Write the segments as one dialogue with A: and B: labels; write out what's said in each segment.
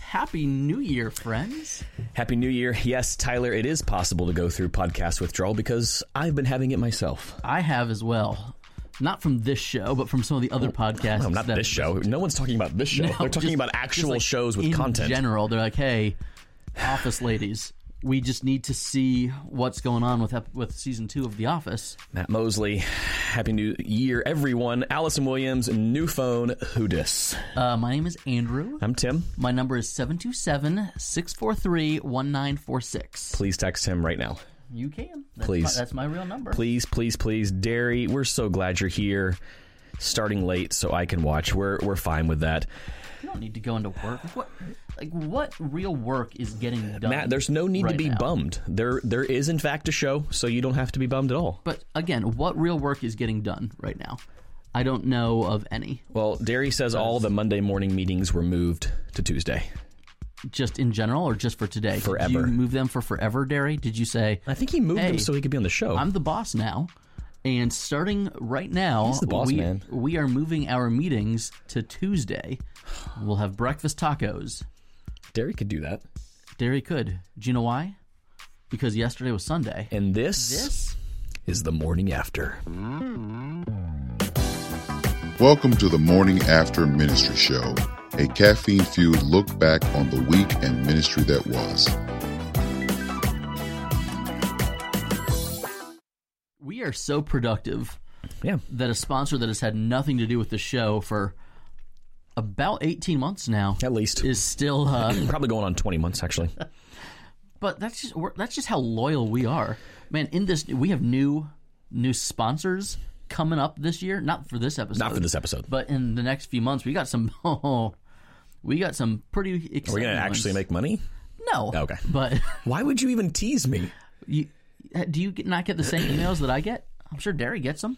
A: Happy New Year, friends.
B: Happy New Year. Yes, Tyler, it is possible to go through podcast withdrawal because I've been having it myself.
A: I have as well. Not from this show, but from some of the other podcasts.
B: No, Oh, not
A: that-
B: this show. No one's talking about this show.
A: No,
B: They're talking
A: just-
B: about
A: just
B: actual
A: like
B: shows with
A: in
B: content.
A: general, they're like, "Hey, Office ladies, we just need to see what's going on with ep- with season two of The Office."
B: Matt Mosley, Happy New Year, everyone. Allison Williams, new phone, who dis?
A: Uh, my name is Andrew.
B: I'm Tim.
A: My number is 727-643-1946.
B: Please text him right now.
A: You can. That's
B: Please.
A: My, that's my real number.
B: Please, please, please, Derry, we're so glad you're here. Starting late so I can watch. We're we're fine with that.
A: You don't need to go into work. What like what real work is getting done?
B: Matt, there's no need
A: right
B: to be
A: now?
B: bummed. There there is in fact a show, so you don't have to be bummed at all.
A: But again, what real work is getting done right now? I don't know of any.
B: Well, Derry says all the Monday morning meetings were moved to Tuesday.
A: Just in general or just for today? Did you
B: Forever.
A: move them for forever, Derry? Did you say
B: I think he moved
A: Hey.
B: them so he could be on the show.
A: I'm the boss now? And starting right now,
B: the boss,
A: we,
B: man.
A: we are moving our meetings to Tuesday. We'll have breakfast tacos.
B: Derry could do that.
A: Derry could. Do you know why? Because yesterday was Sunday.
B: And this,
A: This
B: is the morning after.
C: Welcome to the Morning After Ministry Show, a caffeine fueled look back on the week and ministry that was.
A: we are so productive
B: Yeah.
A: that a sponsor that has had nothing to do with the show for about 18 months now
B: At least.
A: is still uh,
B: Probably going on 20 months, actually.
A: but that's just we're, that's just how loyal we are man in this we have new new sponsors coming up this year not for this episode
B: Not for this episode.
A: but in the next few months we got some oh, we got some pretty
B: Are
A: exciting
B: we going to actually
A: ones.
B: make money?
A: no
B: Okay.
A: but
B: Why would you even tease me?
A: you, do you get, not get the same emails that i get i'm sure derry gets them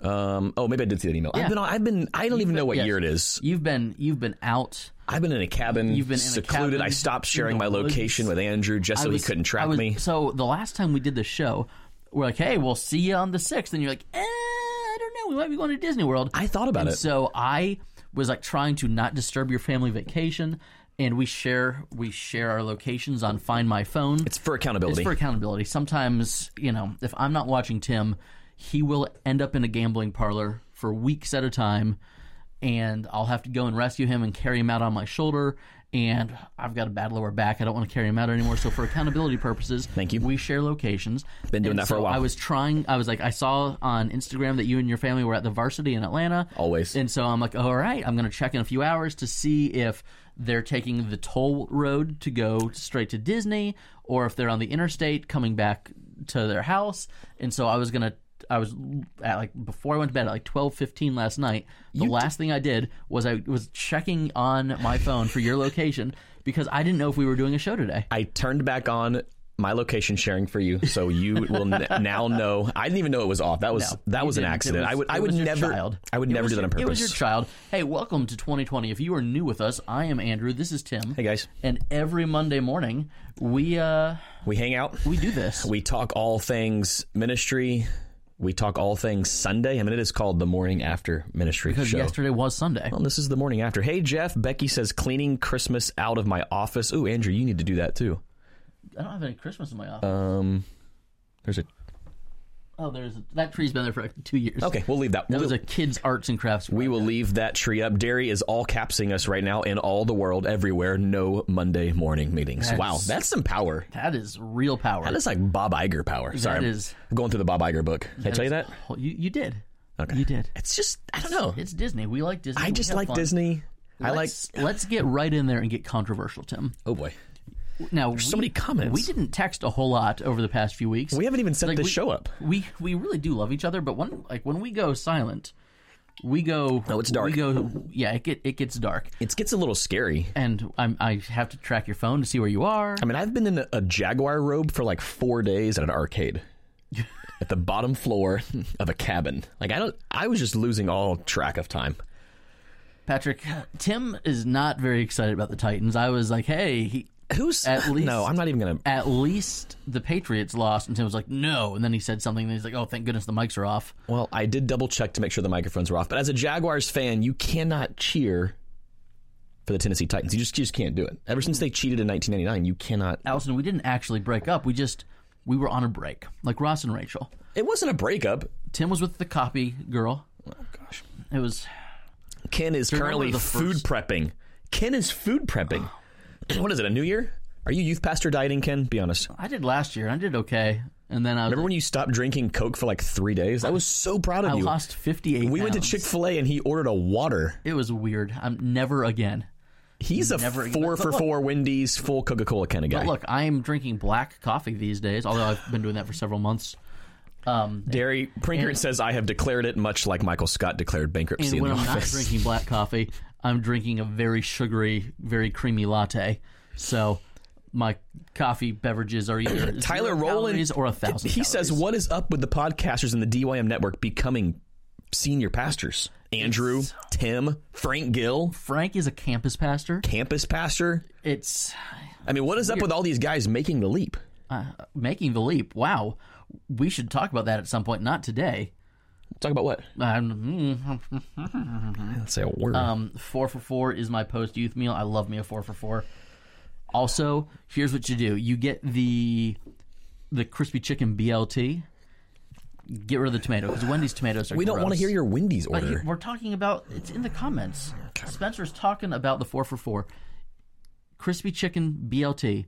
B: Um, oh, maybe I did see that email.
A: Yeah.
B: I've been on, I've been, I don't even know what
A: yes.
B: year it is.
A: you've been you've been out
B: I've been in a cabin,
A: You've been in a
B: secluded.
A: cabin
B: I stopped
A: in
B: sharing
A: the
B: my
A: woods.
B: location with Andrew just so
A: I was-
B: he couldn't
A: I
B: track
A: was-
B: me.
A: So the last time we did the show, we're like, "Hey, we'll see you on the 6th. and you're like, eh, "I don't know, we might be going to Disney World."
B: I thought about
A: and
B: it.
A: So I was like trying to not disturb your family vacation, and we share we share our locations on Find My Phone.
B: It's for accountability.
A: It's for accountability. Sometimes, you know, if I'm not watching Tim, he will end up in a gambling parlor for weeks at a time, and I'll have to go and rescue him and carry him out on my shoulder. And I've got a bad lower back. I don't want to carry him out anymore. So, for accountability purposes,
B: Thank you.
A: We share locations.
B: Been doing
A: And
B: that for a
A: so
B: while.
A: I was trying. I was like, I saw on Instagram that you and your family were at the Varsity in Atlanta.
B: Always.
A: And so I'm like, all right, I'm going to check in a few hours to see if they're taking the toll road to go straight to Disney or if they're on the interstate coming back to their house. And so I was going to. I was at like before I went to bed at like twelve fifteen last night. The last thing I did was I was checking on my phone for your location because I didn't know if we were doing a show today.
B: I turned back on my location sharing for you, so you will n- now know. I didn't even know it was off. That was
A: No,
B: that
A: you
B: was an
A: didn't. It
B: accident.
A: was-
B: I would
A: it
B: I would
A: was your
B: never
A: child.
B: I would
A: It
B: never
A: was
B: do that on
A: your- It was
B: purpose.
A: your child. Hey, welcome to 2020. If you are new with us, I am Andrew. This is Tim.
B: Hey guys,
A: And every Monday morning, we uh
B: we hang out.
A: we do this.
B: We talk all things ministry. We talk all things Sunday. I mean, it is called the morning after ministry
A: because
B: show.
A: yesterday was Sunday.
B: Well, this is the morning after. Hey, Jeff. Becky says cleaning Christmas out of my office. Ooh, Andrew, you need to do that too.
A: I don't have any Christmas in my office.
B: Um, there's a
A: oh, there's that tree's been there for like two years.
B: okay. We'll leave that.
A: That
B: We'll-
A: was a kids' arts and crafts.
B: We will leave that tree up. Derry is all capsing us right now in all the world, everywhere. No Monday morning meetings.
A: That's-
B: wow, that's some power.
A: That is real power.
B: That is like Bob Iger power. Sorry,
A: is-
B: I'm going through the Bob Iger book. Did I tell you that?
A: Oh, you you did.
B: Okay.
A: You did.
B: It's just I don't know.
A: It's Disney. We like Disney.
B: I
A: We
B: just
A: have
B: like
A: fun.
B: Disney. I like.
A: Let's, let's get right in there and get controversial, Tim.
B: Oh boy,
A: Now,
B: so many comments.
A: We didn't text a whole lot over the past few weeks.
B: We haven't even set
A: Like,
B: this
A: we-
B: show up.
A: we we really do love each other, but when like when we go silent, we go.
B: Oh, it's dark.
A: We go. Yeah, it get, it gets dark,
B: It gets a little scary.
A: and I'm, I have to track your phone to see where you are.
B: I mean, I've been in a, a jaguar robe for like four days at an arcade. At the bottom floor of a cabin, like I don't, I was just losing all track of time.
A: Patrick, Tim is not very excited about the Titans. I was like, hey, he,
B: Who's
A: At least-
B: no? I'm not even gonna.
A: at least the Patriots lost, and Tim was like, no, and then he said something, and he's like, oh, thank goodness the mics are off.
B: Well, I did double check to make sure the microphones were off, but as a Jaguars fan, you cannot cheer for the Tennessee Titans. You just you just can't do it. Ever since they cheated in 1999, you cannot.
A: Allison, we didn't actually break up. We just we were on a break, like Ross and Rachel.
B: It wasn't a breakup.
A: Tim was with the copy girl.
B: Oh gosh.
A: It was
B: Ken is
A: remember
B: currently
A: the
B: food
A: first-
B: prepping. Ken is food prepping. what is it? A new year? Are you youth pastor dieting, Ken? Be honest.
A: I did last year. I did okay, and then I was
B: Remember when you stopped drinking Coke for like three days? I was so proud of
A: I
B: you.
A: lost fifty eight.
B: we went to Chick Fil A and he ordered a water.
A: It was weird. I'm never again.
B: He's a
A: Never-
B: four
A: but
B: for
A: look-
B: four Wendy's full Coca Cola kind of guy.
A: But look, I am drinking black coffee these days, although I've been doing that for several months. Um,
B: Dairy Prinker says I have declared it, much like Michael Scott declared bankruptcy
A: and
B: in
A: when
B: the
A: I'm not
B: office.
A: drinking black coffee, I'm drinking a very sugary, very creamy latte. So my coffee beverages are either
B: Tyler
A: zero
B: Rowland-
A: calories or a thousand.
B: he says, "What is up with the podcasters in the DYM network becoming senior pastors? Andrew, Tim, Frank Gill,
A: Frank is a campus pastor.
B: campus pastor.
A: It's
B: I mean, what is up with all these guys making the leap?
A: uh, making the leap. Wow, we should talk about that at some point. Not today.
B: Talk about what?
A: Um, mm,
B: Let's say a word.
A: Um, four for four is my post youth meal. I love me a four for four. Also, here's what you do: you get the the crispy chicken BLT. Get rid of the tomato because Wendy's tomatoes are.
B: we don't
A: gross.
B: want to hear your Wendy's
A: But you-
B: order.
A: We're talking about it's in the comments. Spencer's talking about the four for four, crispy chicken BLT.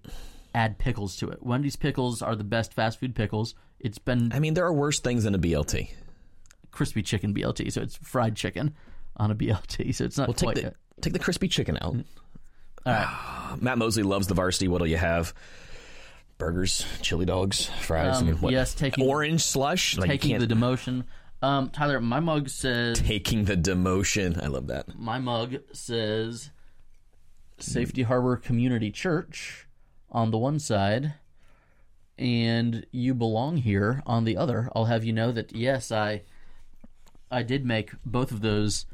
A: Add pickles to it. Wendy's pickles are the best fast food pickles. It's been
B: I mean, there are worse things than a BLT.
A: crispy chicken BLT, so it's fried chicken on a BLT. So it's not
B: Well, take
A: quite.
B: the
A: it. Mm-hmm.
B: take the crispy chicken out. Ah, Matt Mosley loves the varsity. What'll you have? Burgers, chili dogs, fries. I
A: Um,
B: mean, what?
A: yes, taking-
B: orange slush. Like you
A: taking
B: can't-
A: the demotion. Um, Tyler, my mug says
B: taking the demotion. I love that.
A: my mug says Safety Harbor Community Church on the one side, and you belong here on the other. I'll have you know that yes, I I did make both of those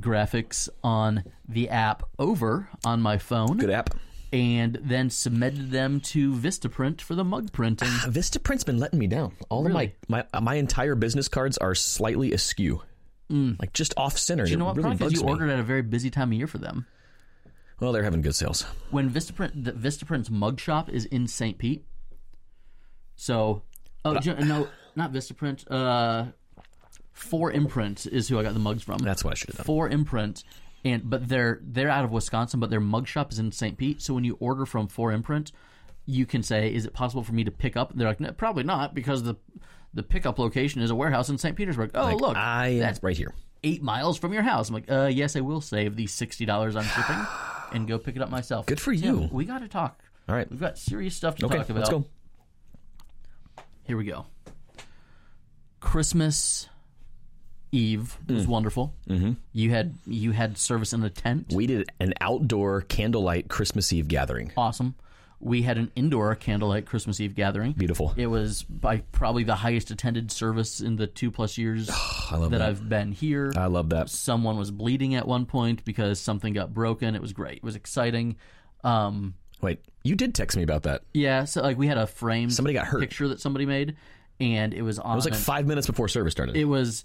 A: graphics on the app over on my phone
B: Good app.
A: and then submitted them to Vistaprint for the mug printing.
B: Vistaprint's Ah, been letting me down. All
A: Really?
B: of Oh my, my my entire business cards are slightly askew, like just off center.
A: Mm. you know what?
B: Really
A: Probably 'cause
B: bugs
A: you
B: me.
A: ordered at a very busy time of year for them.
B: Well, they're having good sales.
A: when Vistaprint the Vistaprint's mug shop is in St. Pete. So, oh ju- no, not Vistaprint. Uh, Four Imprint is who I got the mugs from.
B: That's what I should have done.
A: Four Imprint, and but they're they're out of Wisconsin, but their mug shop is in St. Pete. So when you order from Four Imprint, you can say, "Is it possible for me to pick up?" They're like, no, "Probably not," because the the pickup location is a warehouse in St. Petersburg. Oh, look,
B: I am right here.
A: eight miles from your house. I'm like, uh, yes, I will save the sixty dollars on shipping and go pick it up myself.
B: Good for
A: Tim,
B: you.
A: we got to talk.
B: All right.
A: We've got serious stuff to
B: Okay,
A: talk about.
B: let's go.
A: Here we go. Christmas Eve
B: Mm.
A: was wonderful. Mm-hmm. You had you had service in a tent.
B: We did an outdoor candlelight Christmas Eve gathering.
A: Awesome. We had an indoor candlelight Christmas Eve gathering.
B: Beautiful.
A: It was by probably the highest attended service in the two plus years
B: I love
A: that,
B: that.
A: I've been here.
B: I love that.
A: someone was bleeding at one point because something got broken. It was great. It was exciting. Um,
B: Wait, you did text me about that. It
A: yeah, so like we had a framed
B: Somebody got hurt.
A: picture that somebody made, and it was on. It
B: was like five minutes before service started.
A: it was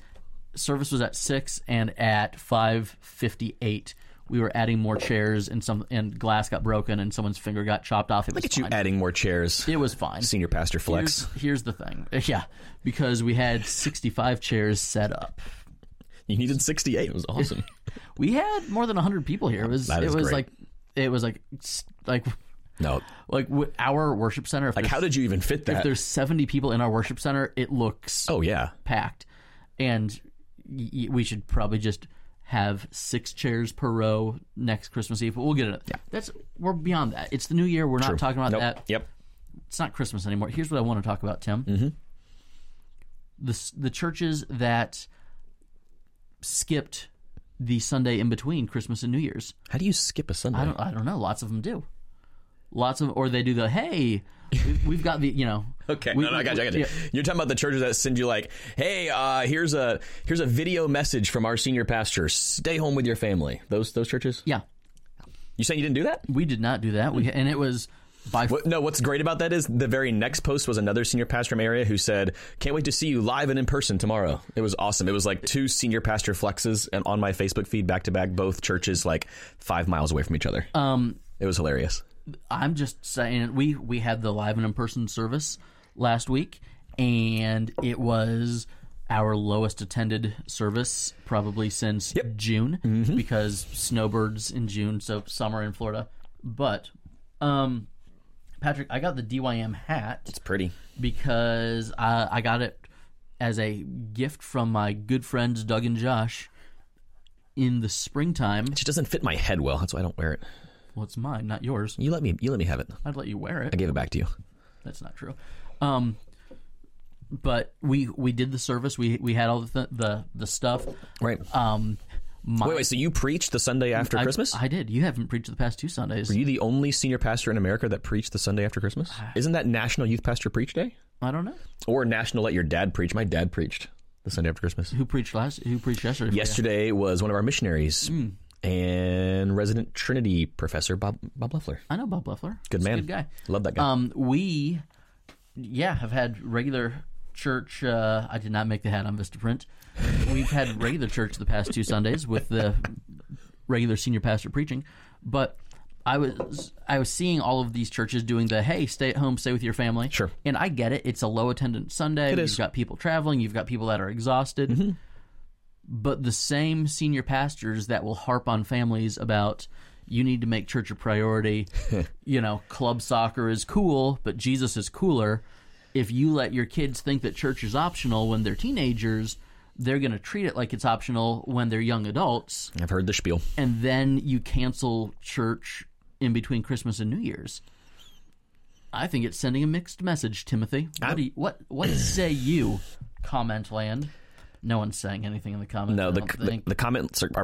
A: service was at six, and at five fifty eight, we were adding more chairs, and some and glass got broken, and someone's finger got chopped off. It was
B: Look at you
A: fine.
B: adding more chairs.
A: It was fine.
B: Senior pastor flex.
A: Here's, here's the thing, yeah, because we had sixty five chairs set up.
B: You needed 68. It was awesome.
A: We had more than hundred people here. It was
B: That is
A: it was
B: great.
A: like it was like s- like
B: no,
A: like w- our worship center. If,
B: like
A: there's,
B: how did you even fit
A: if
B: that?
A: there's 70 people in our worship center, it looks
B: Oh yeah,
A: packed, and y- y- we should probably just have six chairs per row next Christmas Eve. But we'll get it. That's we're beyond that. It's the new year. We're not talking about
B: Nope.
A: that.
B: Yep.
A: It's not Christmas anymore. Here's what I want to talk about, Tim. Mm-hmm. The s- the churches that skipped the Sunday in between Christmas and New Year's.
B: How do you skip a Sunday?
A: I don't, I don't know. Lots of them do. Lots of, or they do the hey, we've, we've got the, you know.
B: Okay,
A: we-
B: no, no, I got you. I got you.
A: yeah.
B: You're talking about the churches that send you like, "Hey, uh, here's a here's a video message from our senior pastor. Stay home with your family." Those those churches.
A: Yeah,
B: You saying you didn't do that?
A: we did not do that. We and it was by
B: What, no, what's great about that is the very next post was another senior pastor from area who said, "Can't wait to see you live and in person tomorrow." It was awesome. It was like two senior pastor flexes and on my Facebook feed back to back, both churches like five miles away from each other. Um, it was hilarious.
A: I'm just saying we we had the live and in person service last week, and it was our lowest attended service probably since June
B: Mm-hmm.
A: because snowbirds in June, so summer in Florida. But, um, Patrick, I got the DYM hat
B: It's pretty.
A: because I, I got it as a gift from my good friends Doug and Josh in the springtime.
B: It just doesn't fit my head well. That's why I don't wear it.
A: Well, it's mine, not yours.
B: You let me. You let me have it.
A: I'd let you wear it.
B: I gave it back to you.
A: That's not true. Um, but we we did the service. We we had all the th- the the stuff.
B: Right.
A: Um, my,
B: wait, wait. So you preached the Sunday after
A: I,
B: Christmas?
A: I did. You haven't preached the past two Sundays.
B: Are you the only senior pastor in America that preached the Sunday after Christmas?
A: Ah.
B: Isn't that National Youth Pastor Preach Day
A: I don't know
B: or National Let Your Dad Preach? My dad preached the Sunday after Christmas.
A: who preached last. Who preached yesterday?
B: Yesterday was one of our missionaries
A: Hmm.
B: and resident Trinity professor Bob Bob Leffler.
A: I know Bob Leffler.
B: Good
A: He's a
B: man.
A: Good guy.
B: Love that guy.
A: Um, we yeah have had regular church. Uh, I did not make the hat on Vistaprint. We've had regular church the past two Sundays with the regular senior pastor preaching, but I was I was seeing all of these churches doing the hey stay at home stay with your family.
B: Sure.
A: and I get it. It's a low attendance Sunday. you've
B: is. Mm-hmm.
A: got people traveling. You've got people that are exhausted. But the same senior pastors that will harp on families about you need to make church a priority. you know, club soccer is cool, but Jesus is cooler. If you let your kids think that church is optional when they're teenagers, they're going to treat it like it's optional when they're young adults,
B: I've heard the spiel.
A: and then you cancel church in between Christmas and New Year's. I think it's sending a mixed message, Timothy. What, do you, what, what say you, comment land? No one's saying anything in the comments.
B: No,
A: I
B: the,
A: don't
B: the
A: think.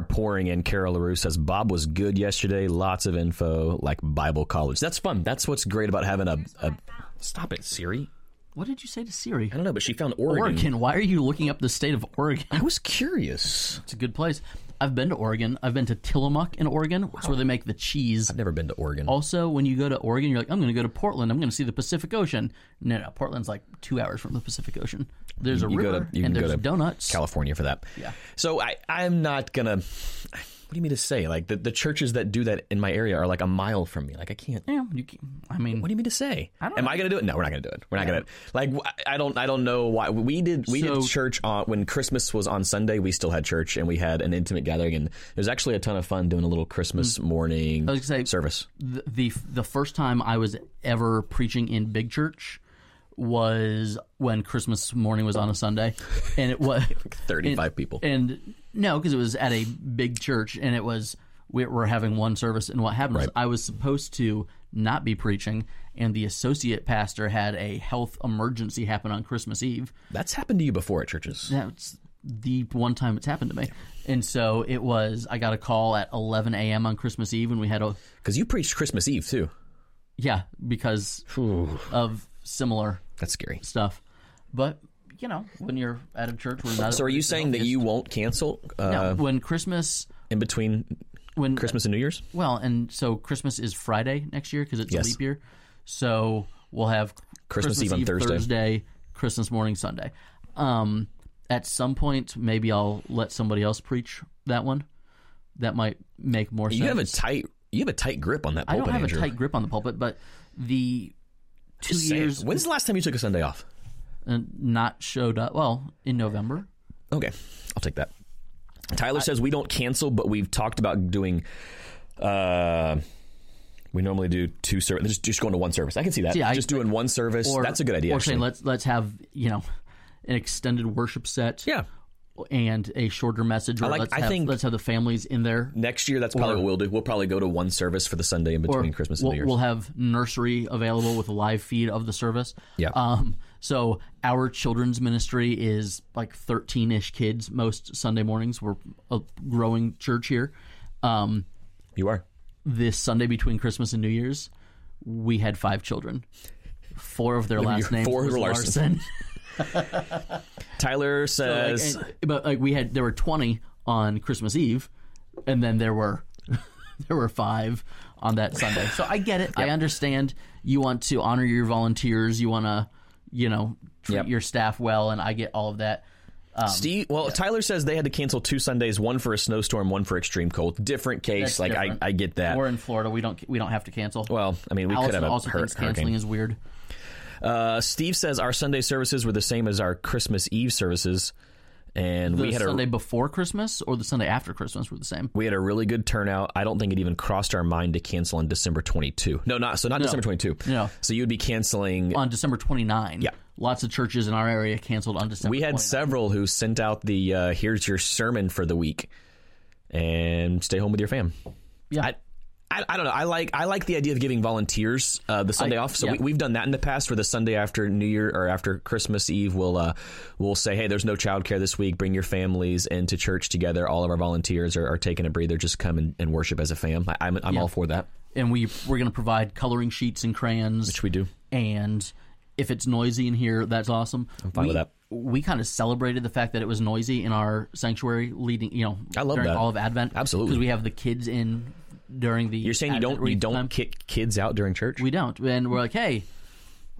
A: what did you say to Siri?
B: I don't know, but she found Oregon.
A: Oregon. Why are you looking up the state of Oregon?
B: I was curious.
A: It's a good place. I've been to Oregon. I've been to Tillamook in Oregon. It's where they make the cheese.
B: I've never been to Oregon.
A: Also, when you go to Oregon, you're like, I'm going to go to Portland. I'm going to see the Pacific Ocean. No, no, Portland's like two hours from the Pacific Ocean. There's a
B: You go to-
A: river
B: you can
A: and
B: go
A: there's
B: to
A: donuts.
B: California for that. Yeah. So I, I'm not gonna. What do you mean to say? Like the, the churches that do that in my area are like a mile from me. Like I can't.
A: yeah, you can, I mean,
B: What do you mean to say?
A: don't
B: Am
A: know.
B: I going to do it? No, we're not going to do it. We're not going to. Like w- I don't. I don't know why we did. We
A: So-
B: did church on when Christmas was on Sunday. We still had church and we had an intimate gathering and it was actually a ton of fun doing a little Christmas morning
A: Mm. was gonna say-
B: service.
A: the, the the first time I was ever preaching in big church was when Christmas morning was on a Sunday, and it was
B: Thirty-five people.
A: And no, because it was at a big church, and it was we were having one service. And what happened was I was supposed to not be preaching, and the associate pastor had a health emergency happen on Christmas Eve.
B: That's happened to you before at churches.
A: That's the one time it's happened to me. And so it was. I got a call at 11 a.m. on Christmas Eve, and we had a
B: Because you preached Christmas Eve too.
A: yeah because of similar
B: That's scary.
A: stuff, but. You know, when you're at a church, we're not.
B: So are you saying that you won't cancel uh,
A: No, when Christmas,
B: in between
A: when uh,
B: Christmas and New Year's?
A: Well, and so Christmas is Friday next year because it's
B: Yes.
A: a leap year. So we'll have
B: Christmas Eve on Thursday.
A: Christmas morning Sunday. Um, at some point, maybe I'll let somebody else preach that one. That might make more sense.
B: You have a tight you have a tight grip on that
A: I
B: pulpit,
A: don't have
B: Andrew.
A: a tight grip on the pulpit, but the two
B: Say it.
A: years
B: When's the last time you took a Sunday off?
A: uh, not showed up. Well, in November.
B: Okay, I'll take that. Tyler says we don't cancel, but we've talked about doing. Uh, we normally do two services. Just, just going to one service. I can see that.
A: See, I-
B: just doing one service.
A: Or-
B: That's a good idea.
A: Or
B: actually.
A: saying let's let's have you know an extended worship set.
B: yeah.
A: and a shorter message. Or
B: like-
A: let's
B: I
A: have,
B: think-
A: let's have the families in there.
B: Next year, that's probably what we'll do. We'll probably go to one service for the Sunday in between Christmas and
A: we'll,
B: New Year's.
A: we'll have nursery available with a live feed of the service.
B: Yeah.
A: Um. So our children's ministry is like thirteen-ish kids most Sunday mornings. We're a growing church here. Um.
B: you are.
A: This Sunday between Christmas and New Year's, we had five children. Four of their last names
B: four
A: was
B: were Larson.
A: Larson.
B: Tyler says
A: Like, and- but like we had, there were twenty on Christmas Eve, and then there were there were five on that Sunday. So I get it. I understand you want to honor your volunteers. You want to, you know, treat
B: Yep.
A: your staff well, and I get all of that.
B: Steve,
A: um,
B: well, Tyler says they had to cancel two Sundays, one for a snowstorm, one for extreme cold. Different case.
A: That's
B: like
A: different.
B: I, I get that.
A: We're in Florida. We don't we don't have to cancel.
B: well, I mean, we could
A: Allison
B: have a
A: also
B: hur-
A: thinks canceling
B: hurricane.
A: is weird.
B: Uh, Steve says our Sunday services were the same as our Christmas Eve services, and
A: The
B: we had a
A: Sunday before Christmas or the Sunday after Christmas were the same.
B: we had a really good turnout. I don't think it even crossed our mind to cancel on December 22. No, not so not December 22.
A: No.
B: So you'd be canceling.
A: on December 29.
B: Yeah.
A: Lots of churches in our area canceled on December
B: we had
A: 29.
B: several who sent out the uh, here's your sermon for the week, and stay home with your fam.
A: Yeah.
B: I, I, I don't know. I like I like the idea of giving volunteers uh, the Sunday
A: I-
B: off. So
A: yeah.
B: we, we've done that in the past, where the Sunday after New Year or after Christmas Eve, we'll uh, we'll say, hey, there's no childcare this week. Bring your families into church together. All of our volunteers are, are taking a breather. Just come and, and worship as a fam. I, I'm I'm all for that,
A: and we we're going to provide coloring sheets and crayons
B: which we do.
A: and if it's noisy in here, that's awesome. I'm
B: fine
A: we,
B: with that.
A: We kind of celebrated the fact that it was noisy in our sanctuary leading, you know,
B: I love
A: during
B: that.
A: all of Advent.
B: Absolutely.
A: Because we have the kids in during the
B: You're saying you
A: Advent
B: don't you
A: wreath
B: don't
A: time.
B: kick kids out during church?
A: We don't. And we're like, hey,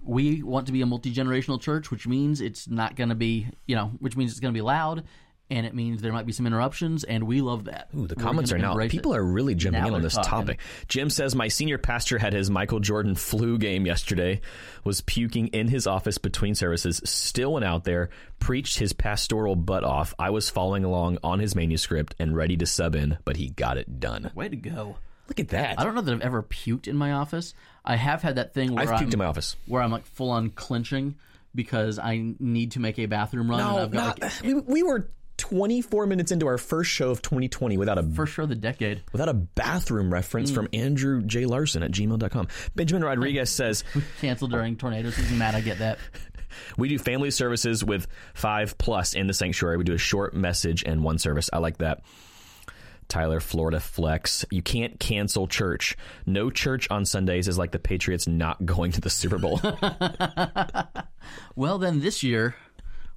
A: we want to be a multi generational church, which means it's not going to be, you know, which means it's going to be loud, and it means there might be some interruptions, and we love that.
B: Ooh, the comments are now. People are really jumping
A: Now
B: in on
A: they're
B: this
A: talking.
B: topic. Jim says my senior pastor had his Michael Jordan flu game yesterday. Was puking in his office between services. Still went out there, preached his pastoral butt off. I was following along on his manuscript and ready to sub in, but he got it done.
A: Way to go.
B: Look at that!
A: I don't know that I've ever puked in my office. I have had that thing where
B: I've puked
A: am
B: in my office.
A: where I'm like full on clinching because I need to make a bathroom run. and I've got like
B: we, we were 24 minutes into our first show of 2020 without a
A: for sure the decade.
B: without a bathroom reference
A: Hmm.
B: from Andrew J Larson at gmail.com. Benjamin Rodriguez says.
A: Canceled during tornado season. Matt, I get that.
B: We do family services with five plus in the sanctuary. We do a short message and one service. I like that. Tyler, Florida Flex. You can't cancel church. No church on Sundays is like the Patriots not going to the Super Bowl.
A: Well, then this year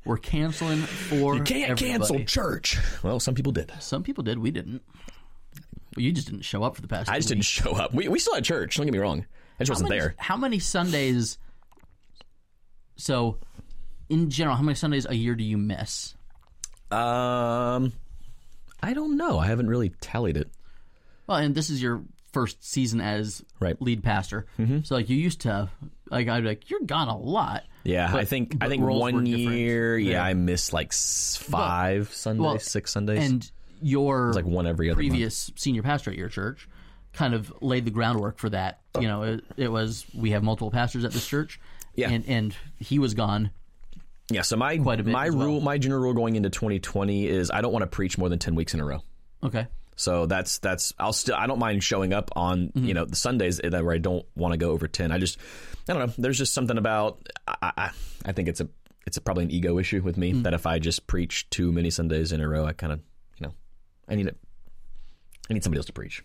A: we're canceling for you
B: church. Well, some people did.
A: Some people did. We didn't. Well, you just didn't show up for the past.
B: I just
A: two
B: didn't show up. We, we still had church. Don't get me wrong. I
A: weeks.
B: just
A: how
B: wasn't
A: many,
B: there.
A: How many Sundays? So, in general, how many Sundays a year do you miss?
B: Um, I don't know. I haven't really tallied it.
A: Well, and this is your first season as
B: Right. Mm-hmm.
A: lead pastor, so like you used to, like I'd be like, you're gone a lot.
B: Yeah, I think I
A: but
B: think
A: roles were
B: one
A: different.
B: year. Yeah, I missed like s- five Sundays,
A: well,
B: six Sundays.
A: And your
B: like one every other month.
A: previous senior pastor at your church kind of laid the groundwork for that. You know, it, it was we have multiple pastors at this church,
B: Yeah.
A: and and he was gone.
B: Yeah, so my
A: Quite a bit
B: my
A: as well.
B: rule my general rule going into 2020 is I don't want to preach more than 10 weeks in a row.
A: Okay,
B: So that's that's I'll still I don't mind showing up on
A: Mm-hmm.
B: you know the Sundays that where I don't want to go over 10. I just I don't know. There's just something about I I, I think it's a it's a, probably an ego issue with
A: Mm.
B: me that if I just preach too many Sundays in a row, I kind of you know I need it. I need somebody else to preach.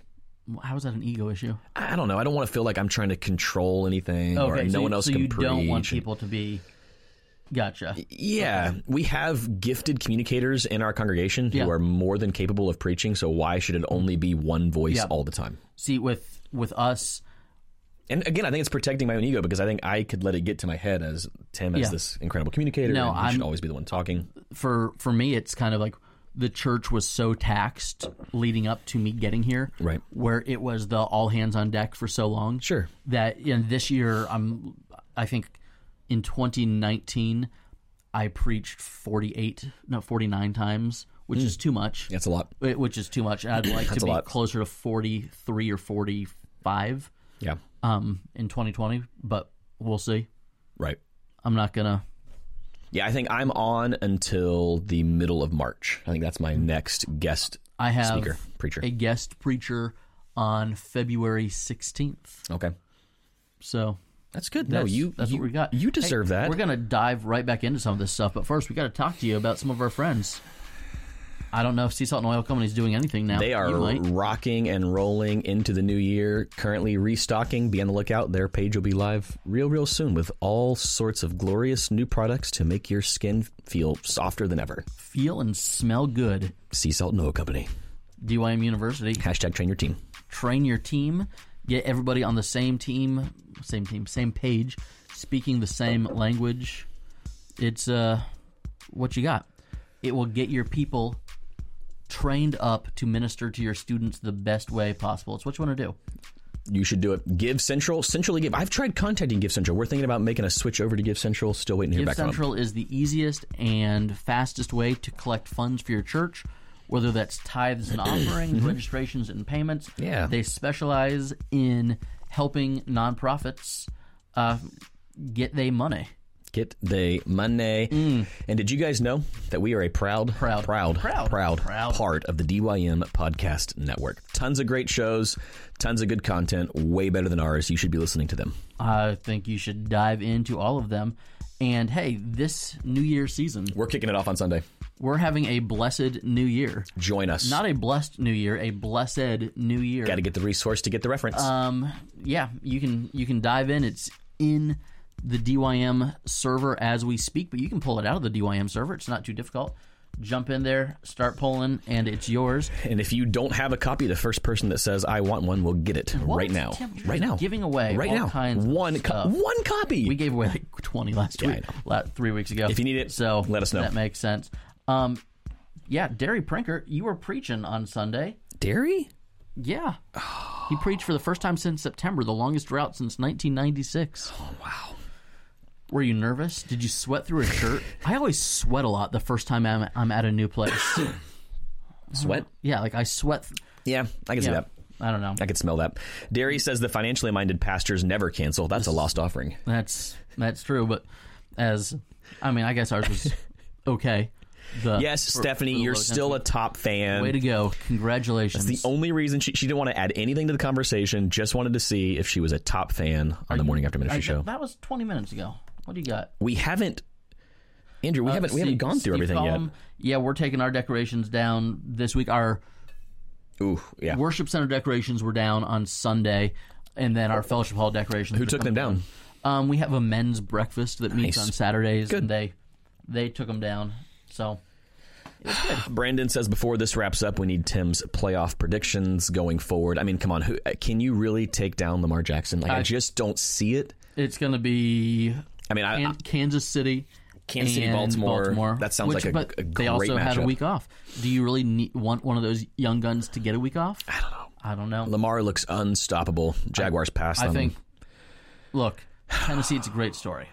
A: how is that an ego issue?
B: I I don't know. I don't want to feel like I'm trying to control anything or
A: so
B: no
A: you-
B: one else
A: so
B: can
A: you
B: preach.
A: don't want
B: and-
A: people to be gotcha
B: Yeah, we have gifted communicators in our congregation who
A: Yeah.
B: are more than capable of preaching. So why should it only be one voice
A: Yeah.
B: all the time?
A: see with with us
B: And again, I think it's protecting my own ego because I think I could let it get to my head as Tim as
A: Yeah.
B: this incredible communicator.
A: No,
B: and he
A: I'm-
B: should always be the one talking.
A: for for me it's kind of like the church was so taxed leading up to me getting here
B: Right.
A: where it was the all hands on deck for so long
B: Sure.
A: that you know, this year i'm i think in 2019 i preached 48 no 49 times which is too much
B: That's a lot.
A: Wh- which is too much and i'd like to
B: Hmm. a
A: be
B: lot.
A: closer to 43 or 45
B: Yeah.
A: um in 2020 but we'll see
B: Right.
A: i'm not gonna
B: Yeah, I think I'm on until the middle of March. I think that's my next guest
A: I have
B: speaker preacher.
A: a guest preacher on February 16th.
B: okay.
A: So
B: That's good. no,
A: that's,
B: you
A: that's
B: you,
A: what we got.
B: You
A: Hey,
B: deserve that.
A: We're going to dive right back into some of this stuff, but first we got to talk to you about some of our friends. I don't know if Sea Salt and Oil Company's doing anything now.
B: They
A: You
B: are
A: might.
B: rocking and rolling into the new year. Currently restocking. Be on the lookout. Their page will be live real, real soon with all sorts of glorious new products to make your skin feel softer than ever.
A: feel and smell good.
B: Sea Salt and Oil Company.
A: DYM University.
B: Hashtag train your team.
A: train your team, get everybody on the same team, same team, same page, speaking the same language. It's uh, what you got. It will get your people trained up to minister to your students the best way possible. It's what you want to do.
B: You should do it. Give Central, centrally Give. I've tried contacting Give Central. We're thinking about making a switch over to Give Central. Still waiting to hear
A: Give
B: back from 'em.
A: Central is the easiest and fastest way to collect funds for your church, whether that's tithes and offerings, registrations and payments.
B: Mm-hmm. Yeah.
A: They specialize in helping nonprofits uh, get they money.
B: Get the money. And did you guys know that we are a proud,
A: Mm. Proud.
B: proud,
A: Proud.
B: proud,
A: Proud.
B: part of the DYM Podcast Network? Tons of great shows, tons of good content, way better than ours. You should be listening to them.
A: I think you should dive into all of them. And hey, this New Year season,
B: We're kicking it off on Sunday.
A: we're having a blessed New Year.
B: Join us.
A: Not a blessed New Year, a blessed New Year.
B: Got to get the resource to get the reference.
A: um, yeah, you can you can dive in. It's in the DYM server as we speak, but you can pull it out of the DYM server. It's not too difficult. Jump in there, start pulling, and it's yours.
B: and if you don't have a copy, the first person that says "I want one" will get it
A: What
B: right
A: was
B: now.
A: Tim just
B: Right now,
A: giving away
B: right
A: all
B: now.
A: kinds of
B: one co-
A: stuff.
B: one copy.
A: We gave away like twenty last
B: Yeah, I
A: week,
B: know.
A: la- three weeks ago.
B: If you need it,
A: so
B: let us know.
A: That makes sense. Um, yeah, Derry Prinker, you were preaching on Sunday.
B: Dairy?
A: Uh-huh. Yeah, he preached for the first time since September, the longest drought since 1996.
B: Wow.
A: Oh, Were you nervous? Did you sweat through a shirt? I always sweat a lot the first time I'm, I'm at a new place.
B: Sweat?
A: yeah, like I sweat. th-
B: Yeah, I can see
A: yeah,
B: that.
A: I don't know.
B: I can smell that.
A: Mm.
B: Derry says the financially minded pastors never cancel. That's a lost offering.
A: That's that's true, but as I mean, I guess ours was okay. The,
B: Yes,
A: for-
B: Stephanie,
A: for the
B: you're
A: low
B: still a top fan.
A: Way to go! Congratulations.
B: the only reason she, she didn't want to add anything to the conversation, just wanted to see if she was a top fan on the morning after ministry
A: I-
B: show.
A: That was 20 minutes ago. What do you got?
B: we haven't, Andrew. We
A: Uh,
B: haven't we haven't
A: Steve-
B: gone through
A: Steve
B: everything
A: Collum, Yeah, we're taking our decorations down this week. Our
B: yet. Ooh, yeah.
A: worship center decorations were down on Sunday, and then our fellowship hall decorations.
B: Who took them down?
A: Um, we have a men's breakfast that meets
B: Nice.
A: on Saturdays,
B: Good.
A: and they they took them down. So
B: Brandon says before this wraps up, we need Tim's playoff predictions going forward. I mean, come on, who can you really take down Lamar Jackson? Like, I, just don't see it.
A: it's going to be
B: I mean, I,
A: Kan-
B: I-
A: Kansas City,
B: Uh, Kansas City,
A: and
B: Baltimore. That sounds
A: which-
B: like a-
A: but
B: a
A: they also
B: great
A: had a
B: matchup.
A: week off. Do you really need, want one of those young guns to get a week off? I don't know. I don't know.
B: Lamar looks unstoppable. Jaguars pass.
A: I
B: on
A: think.
B: him.
A: Look, Tennessee. It's a great story.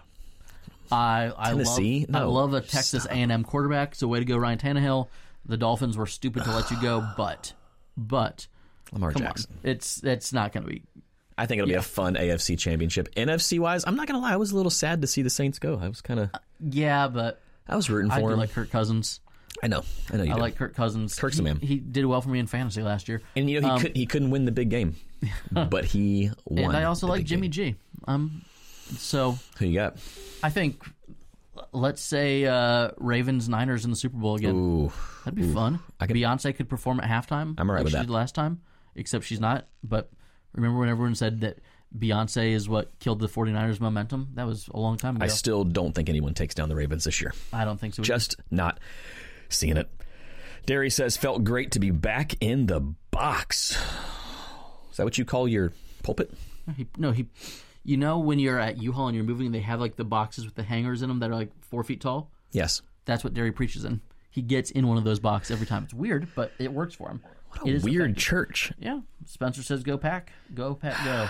A: I I
B: Tennessee?
A: love I
B: No.
A: love a Texas A and M quarterback. So way to go, Ryan Tannehill. The Dolphins were stupid to let you go, but but
B: Lamar
A: come
B: Jackson.
A: on, it's it's not going to be
B: I think it'll be a fun AFC championship. NFC wise, I'm not gonna lie, I was a little sad to see the Saints go. I was kind of,
A: Yeah, but
B: I was rooting
A: I do
B: for him.
A: like Kirk Cousins.
B: I know, I know you.
A: I
B: do.
A: like Kirk Cousins.
B: Kirk's
A: he,
B: the man.
A: He did well for me in fantasy last year.
B: and you know he could, he couldn't win the big game, but he won.
A: um, And I also
B: the
A: like
B: big
A: Jimmy
B: game.
A: G. Um, so
B: Who you got?
A: I think let's say uh, Ravens Niners in the Super Bowl again.
B: Ooh,
A: That'd be fun. Beyonce could perform at halftime.
B: I'm all right
A: like
B: with
A: she
B: that.
A: did last time, except she's not. But remember when everyone said that Beyonce is what killed the 49ers momentum? That was a long time ago.
B: I still don't think anyone takes down the Ravens this year.
A: I don't think so.
B: Just not seeing it. Derry says felt great to be back in the box. Is that what you call your pulpit?
A: He, no, he. You know when you're at U-Haul and you're moving, and they have like the boxes with the hangers in them that are like four feet tall.
B: Yes.
A: That's what Derry preaches in. He gets in one of those boxes every time. It's weird, but it works for him. It is
B: Weird church.
A: Yeah, Spencer says, "Go pack, go pack, go."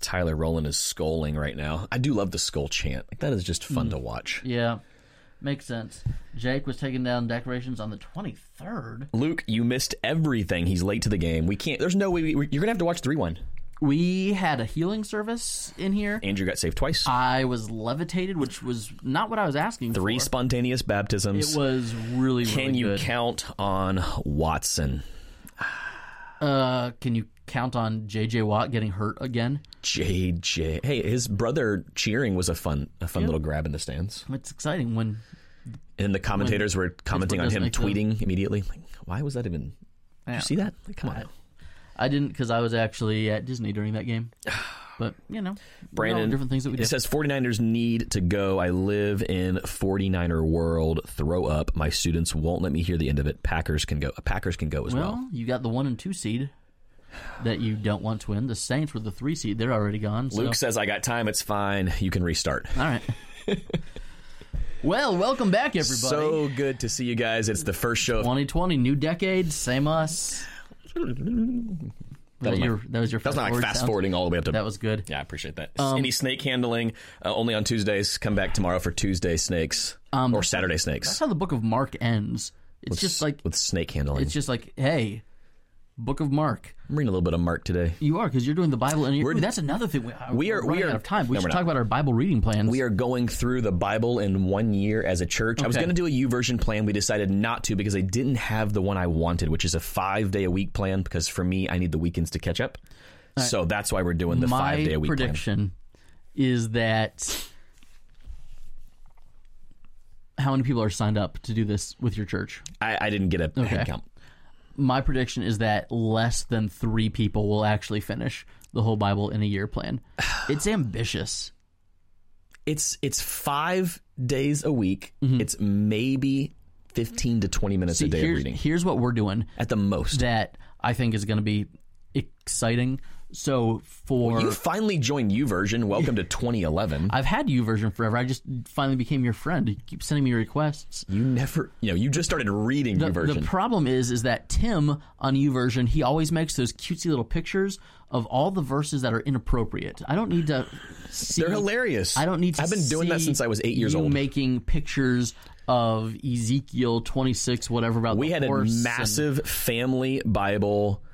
B: Tyler Rowland is scolding right now. I do love the skull chant. Like that is just fun
A: Hmm.
B: to watch.
A: yeah, makes sense. Jake was taking down decorations on the twenty third.
B: Luke, you missed everything. He's late to the game. We can't. There's no way. We, we- you're gonna have to watch the rewind.
A: We had a healing service in here.
B: Andrew got saved twice.
A: I was levitated, which was not what I was asking
B: Three
A: for.
B: spontaneous baptisms.
A: It was really,
B: Can
A: really
B: you
A: good.
B: count on Watson?
A: uh, can you count on JJ Watt getting hurt again?
B: JJ. Hey, his brother cheering was a fun, a fun little grab in the stands.
A: It's exciting when
B: And the commentators were commenting
A: Pittsburgh
B: on him,
A: doesn't make the-
B: tweeting immediately. Like, why was that even? Did you see that? Like, come on.
A: I didn't because I was actually at Disney during that game. But you know,
B: Brandon,
A: Brandon, different things that we
B: It
A: did.
B: says 49ers need to go. I live in 49er world. Throw up. My students won't let me hear the end of it. Packers can go. Packers can go as well.
A: well, you got the one and two seed. that you don't want to win. The Saints were the three seed; they're already gone. So.
B: Luke says, I got time. It's fine. You can restart.
A: All right. well, welcome back, everybody.
B: So good to see you guys. It's the first show. Of-
A: 2020, new decade, same us. That,
B: was my-
A: your, that was your.
B: That's not like
A: fast-forward
B: fast
A: sound?
B: forwarding all the way up to.
A: That was good.
B: yeah, I appreciate that.
A: Um,
B: Any snake handling uh, only on Tuesdays. Come back tomorrow for Tuesday snakes or Saturday
A: Um, That's
B: snakes.
A: how the Book of Mark ends. It's just like
B: with snake handling.
A: it's just like, hey, Book of Mark,
B: I'm reading a little bit of Mark today.
A: you are because you're doing the Bible, and you're, ooh, that's another thing. We, uh,
B: we are-
A: we're running
B: we are-
A: out of time. We
B: no,
A: should
B: we're
A: talk
B: not.
A: about our Bible reading plans.
B: We are going through the Bible in one year as a church. I was
A: Okay.
B: going to do a U version plan. We decided not to because I didn't have the one I wanted, which is a five day a week plan. Because for me, I need the weekends to catch up. So that's why we're doing the
A: My
B: five day a week plan.
A: prediction is that how many people are signed up to do this with your church?
B: I, I didn't get a head count.
A: My prediction is that less than three people will actually finish the whole Bible in a year plan. It's ambitious.
B: It's it's five days a week.
A: Mm-hmm.
B: It's maybe fifteen to twenty minutes a day of
A: here's,
B: reading
A: here's what we're doing
B: at the most.
A: that I think is going to be exciting. So for
B: You finally joined U version. Welcome to 2011.
A: I've had you version forever. I just finally became your friend. You keep sending me requests.
B: You never, you know, you just started reading U
A: The- The
B: version.
A: problem is, is that Tim on Uversion, he always makes those cutesy little pictures of all the verses that are inappropriate. I don't need to see.
B: They're hilarious.
A: I don't need to.
B: I've been doing that
A: see
B: since I was eight years
A: you
B: old.
A: Making pictures of Ezekiel twenty six, whatever about
B: We
A: the
B: had a
A: horse and-
B: massive family Bible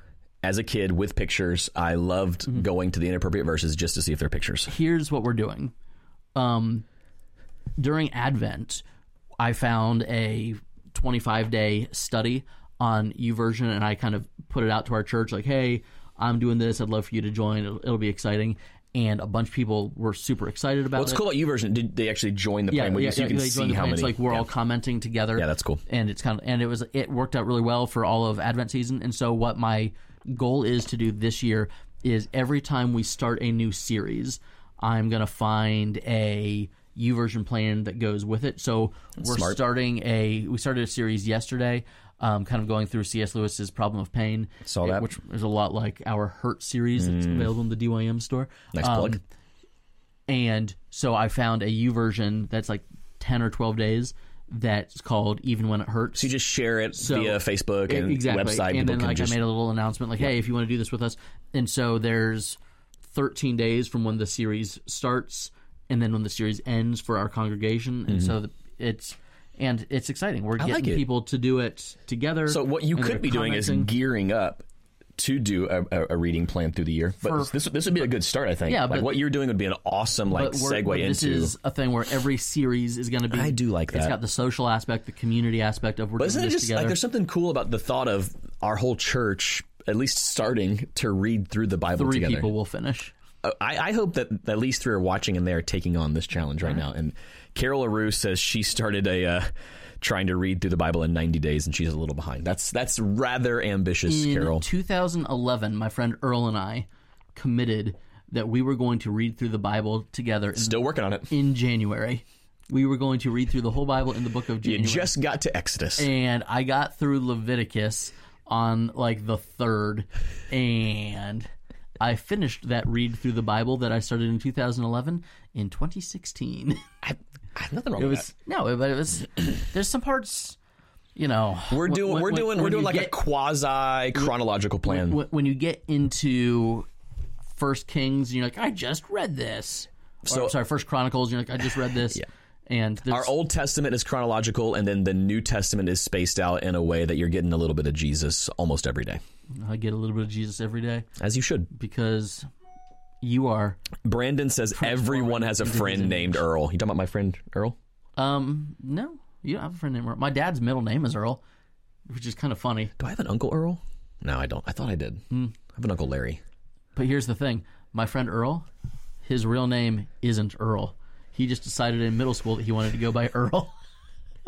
B: as a kid with pictures. I loved
A: Mm-hmm.
B: going to the inappropriate verses just to see if they're pictures.
A: here's what we're doing. Um, during Advent, I found a 25 day study on Uversion, and I kind of put it out to our church like, hey, I'm doing this. I'd love for you to join. It'll, it'll be exciting. And a bunch of people were super excited about
B: What's
A: it.
B: cool about U version? Did they actually join the
A: Yeah,
B: plan with
A: yeah,
B: you? So
A: yeah,
B: you can
A: they joined
B: see
A: the
B: how
A: plan.
B: many.
A: It's like we're all commenting together.
B: Yeah, that's cool.
A: And it's kind of and it was it worked out really well for all of Advent season. And so what my goal is to do this year is every time we start a new series, I'm gonna find a U version plan that goes with it. So we're
B: smart.
A: starting a we started a series yesterday. Um, kind of going through C.S. Lewis's Problem of Pain,
B: Saw
A: eh,
B: that. Mm.
A: which is a lot like our Hurt series that's available in the DYM store.
B: Nice
A: Um,
B: plug.
A: and so I found a U version that's like ten or twelve days. That's called even when it hurts.
B: So you just share it
A: So- e-
B: via Facebook and
A: exactly.
B: website.
A: and
B: People
A: then
B: can
A: like
B: just
A: I made a little announcement like, hey, if you want to do this with us, and so there's thirteen days from when the series starts, and then when the series ends for our congregation, and so the, it's and it's exciting. We're getting
B: Mm-hmm. like it.
A: people to do it together.
B: So what you
A: and
B: could
A: they're
B: be doing is
A: commenting.
B: gearing up to do a, a, a reading plan through the year. But
A: For-
B: this this would be a good start, I think.
A: Yeah,
B: like
A: but-
B: what you're doing would be an awesome like
A: But we're-
B: segue
A: but
B: into.
A: this is a thing where every series is going to be.
B: I do like
A: It's
B: that.
A: got the social aspect, the community aspect of we're
B: But isn't
A: doing
B: it
A: this
B: just
A: together.
B: like there's something cool about the thought of our whole church at least starting to read through the Bible
A: Three
B: together?
A: people will finish.
B: Uh, I, I hope that at least three are watching and they are taking on this challenge right now. And Carol LaRue says she started a uh, trying to read through the Bible in 90 days and she's a little behind. That's that's rather ambitious,
A: In
B: Carol.
A: 2011, my friend Earl and I committed that we were going to read through the Bible together in,
B: Still working on it.
A: in January. We were going to read through the whole Bible in the book of
B: You
A: January.
B: just got to Exodus.
A: and I got through Leviticus on like the third, and I finished that read through the Bible that I started in 2011 in 2016.
B: I, I have nothing wrong
A: It
B: with
A: was no, but it was. There's some parts, you know.
B: that. We're
A: when-
B: doing
A: when-
B: we're doing
A: when
B: we're doing
A: you
B: like a
A: get-
B: quasi chronological plan.
A: when, when you get into First Kings, you're like, I just read this. So
B: So-
A: sorry, First Chronicles, you're like, I just read this. And there's-
B: Our Old Testament is chronological, and then the New Testament is spaced out in a way that you're getting a little bit of Jesus almost every day,
A: I get a little bit of Jesus every day
B: as you should.
A: because you are.
B: Brandon says everyone has a friend named Earl. You talking about my friend Earl?
A: Um, no, you don't have a friend named Earl. My dad's middle name is Earl, which is kind of funny.
B: Do I have an uncle Earl? No, I don't. I thought I did.
A: Hmm.
B: I have an uncle Larry.
A: But here's the thing: my friend Earl, his real name isn't Earl. He just decided in middle school that he wanted to go by Earl.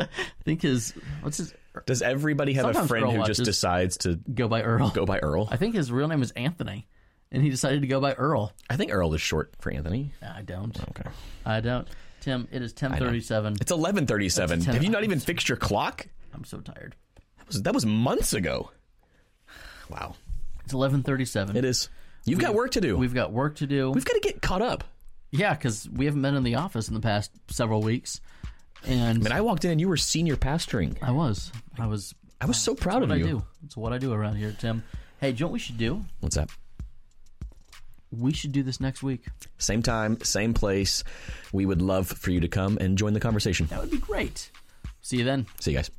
A: I think his what's his
B: Does everybody have a
A: Sometimes
B: friend
A: Earl
B: who just
A: watches.
B: decides to
A: go by Earl.
B: go by Earl?
A: I think his real name is Anthony, and he decided to go by Earl.
B: I think Earl is short for Anthony.
A: I don't.
B: Okay.
A: I don't. Tim, it is 1037.
B: It's eleven thirty-seven.
A: ten
B: Have you not even fixed your clock?
A: I'm so tired.
B: That was, that was months ago. Wow.
A: It's eleven thirty-seven.
B: It is. You've got work to do. We've,
A: We've got work to do.
B: got to get caught up.
A: yeah, because we haven't been in the office in the past several weeks, and
B: And I walked in and you were senior pastoring.
A: I was, I was,
B: I was so proud of
A: what I
B: you.
A: do. It's what I do around here, Tim. Hey, do you know what we should do?
B: What's up?
A: We should do this next week.
B: Same time, same place. We would love for you to come and join the conversation.
A: That would be great. See you then.
B: See you guys.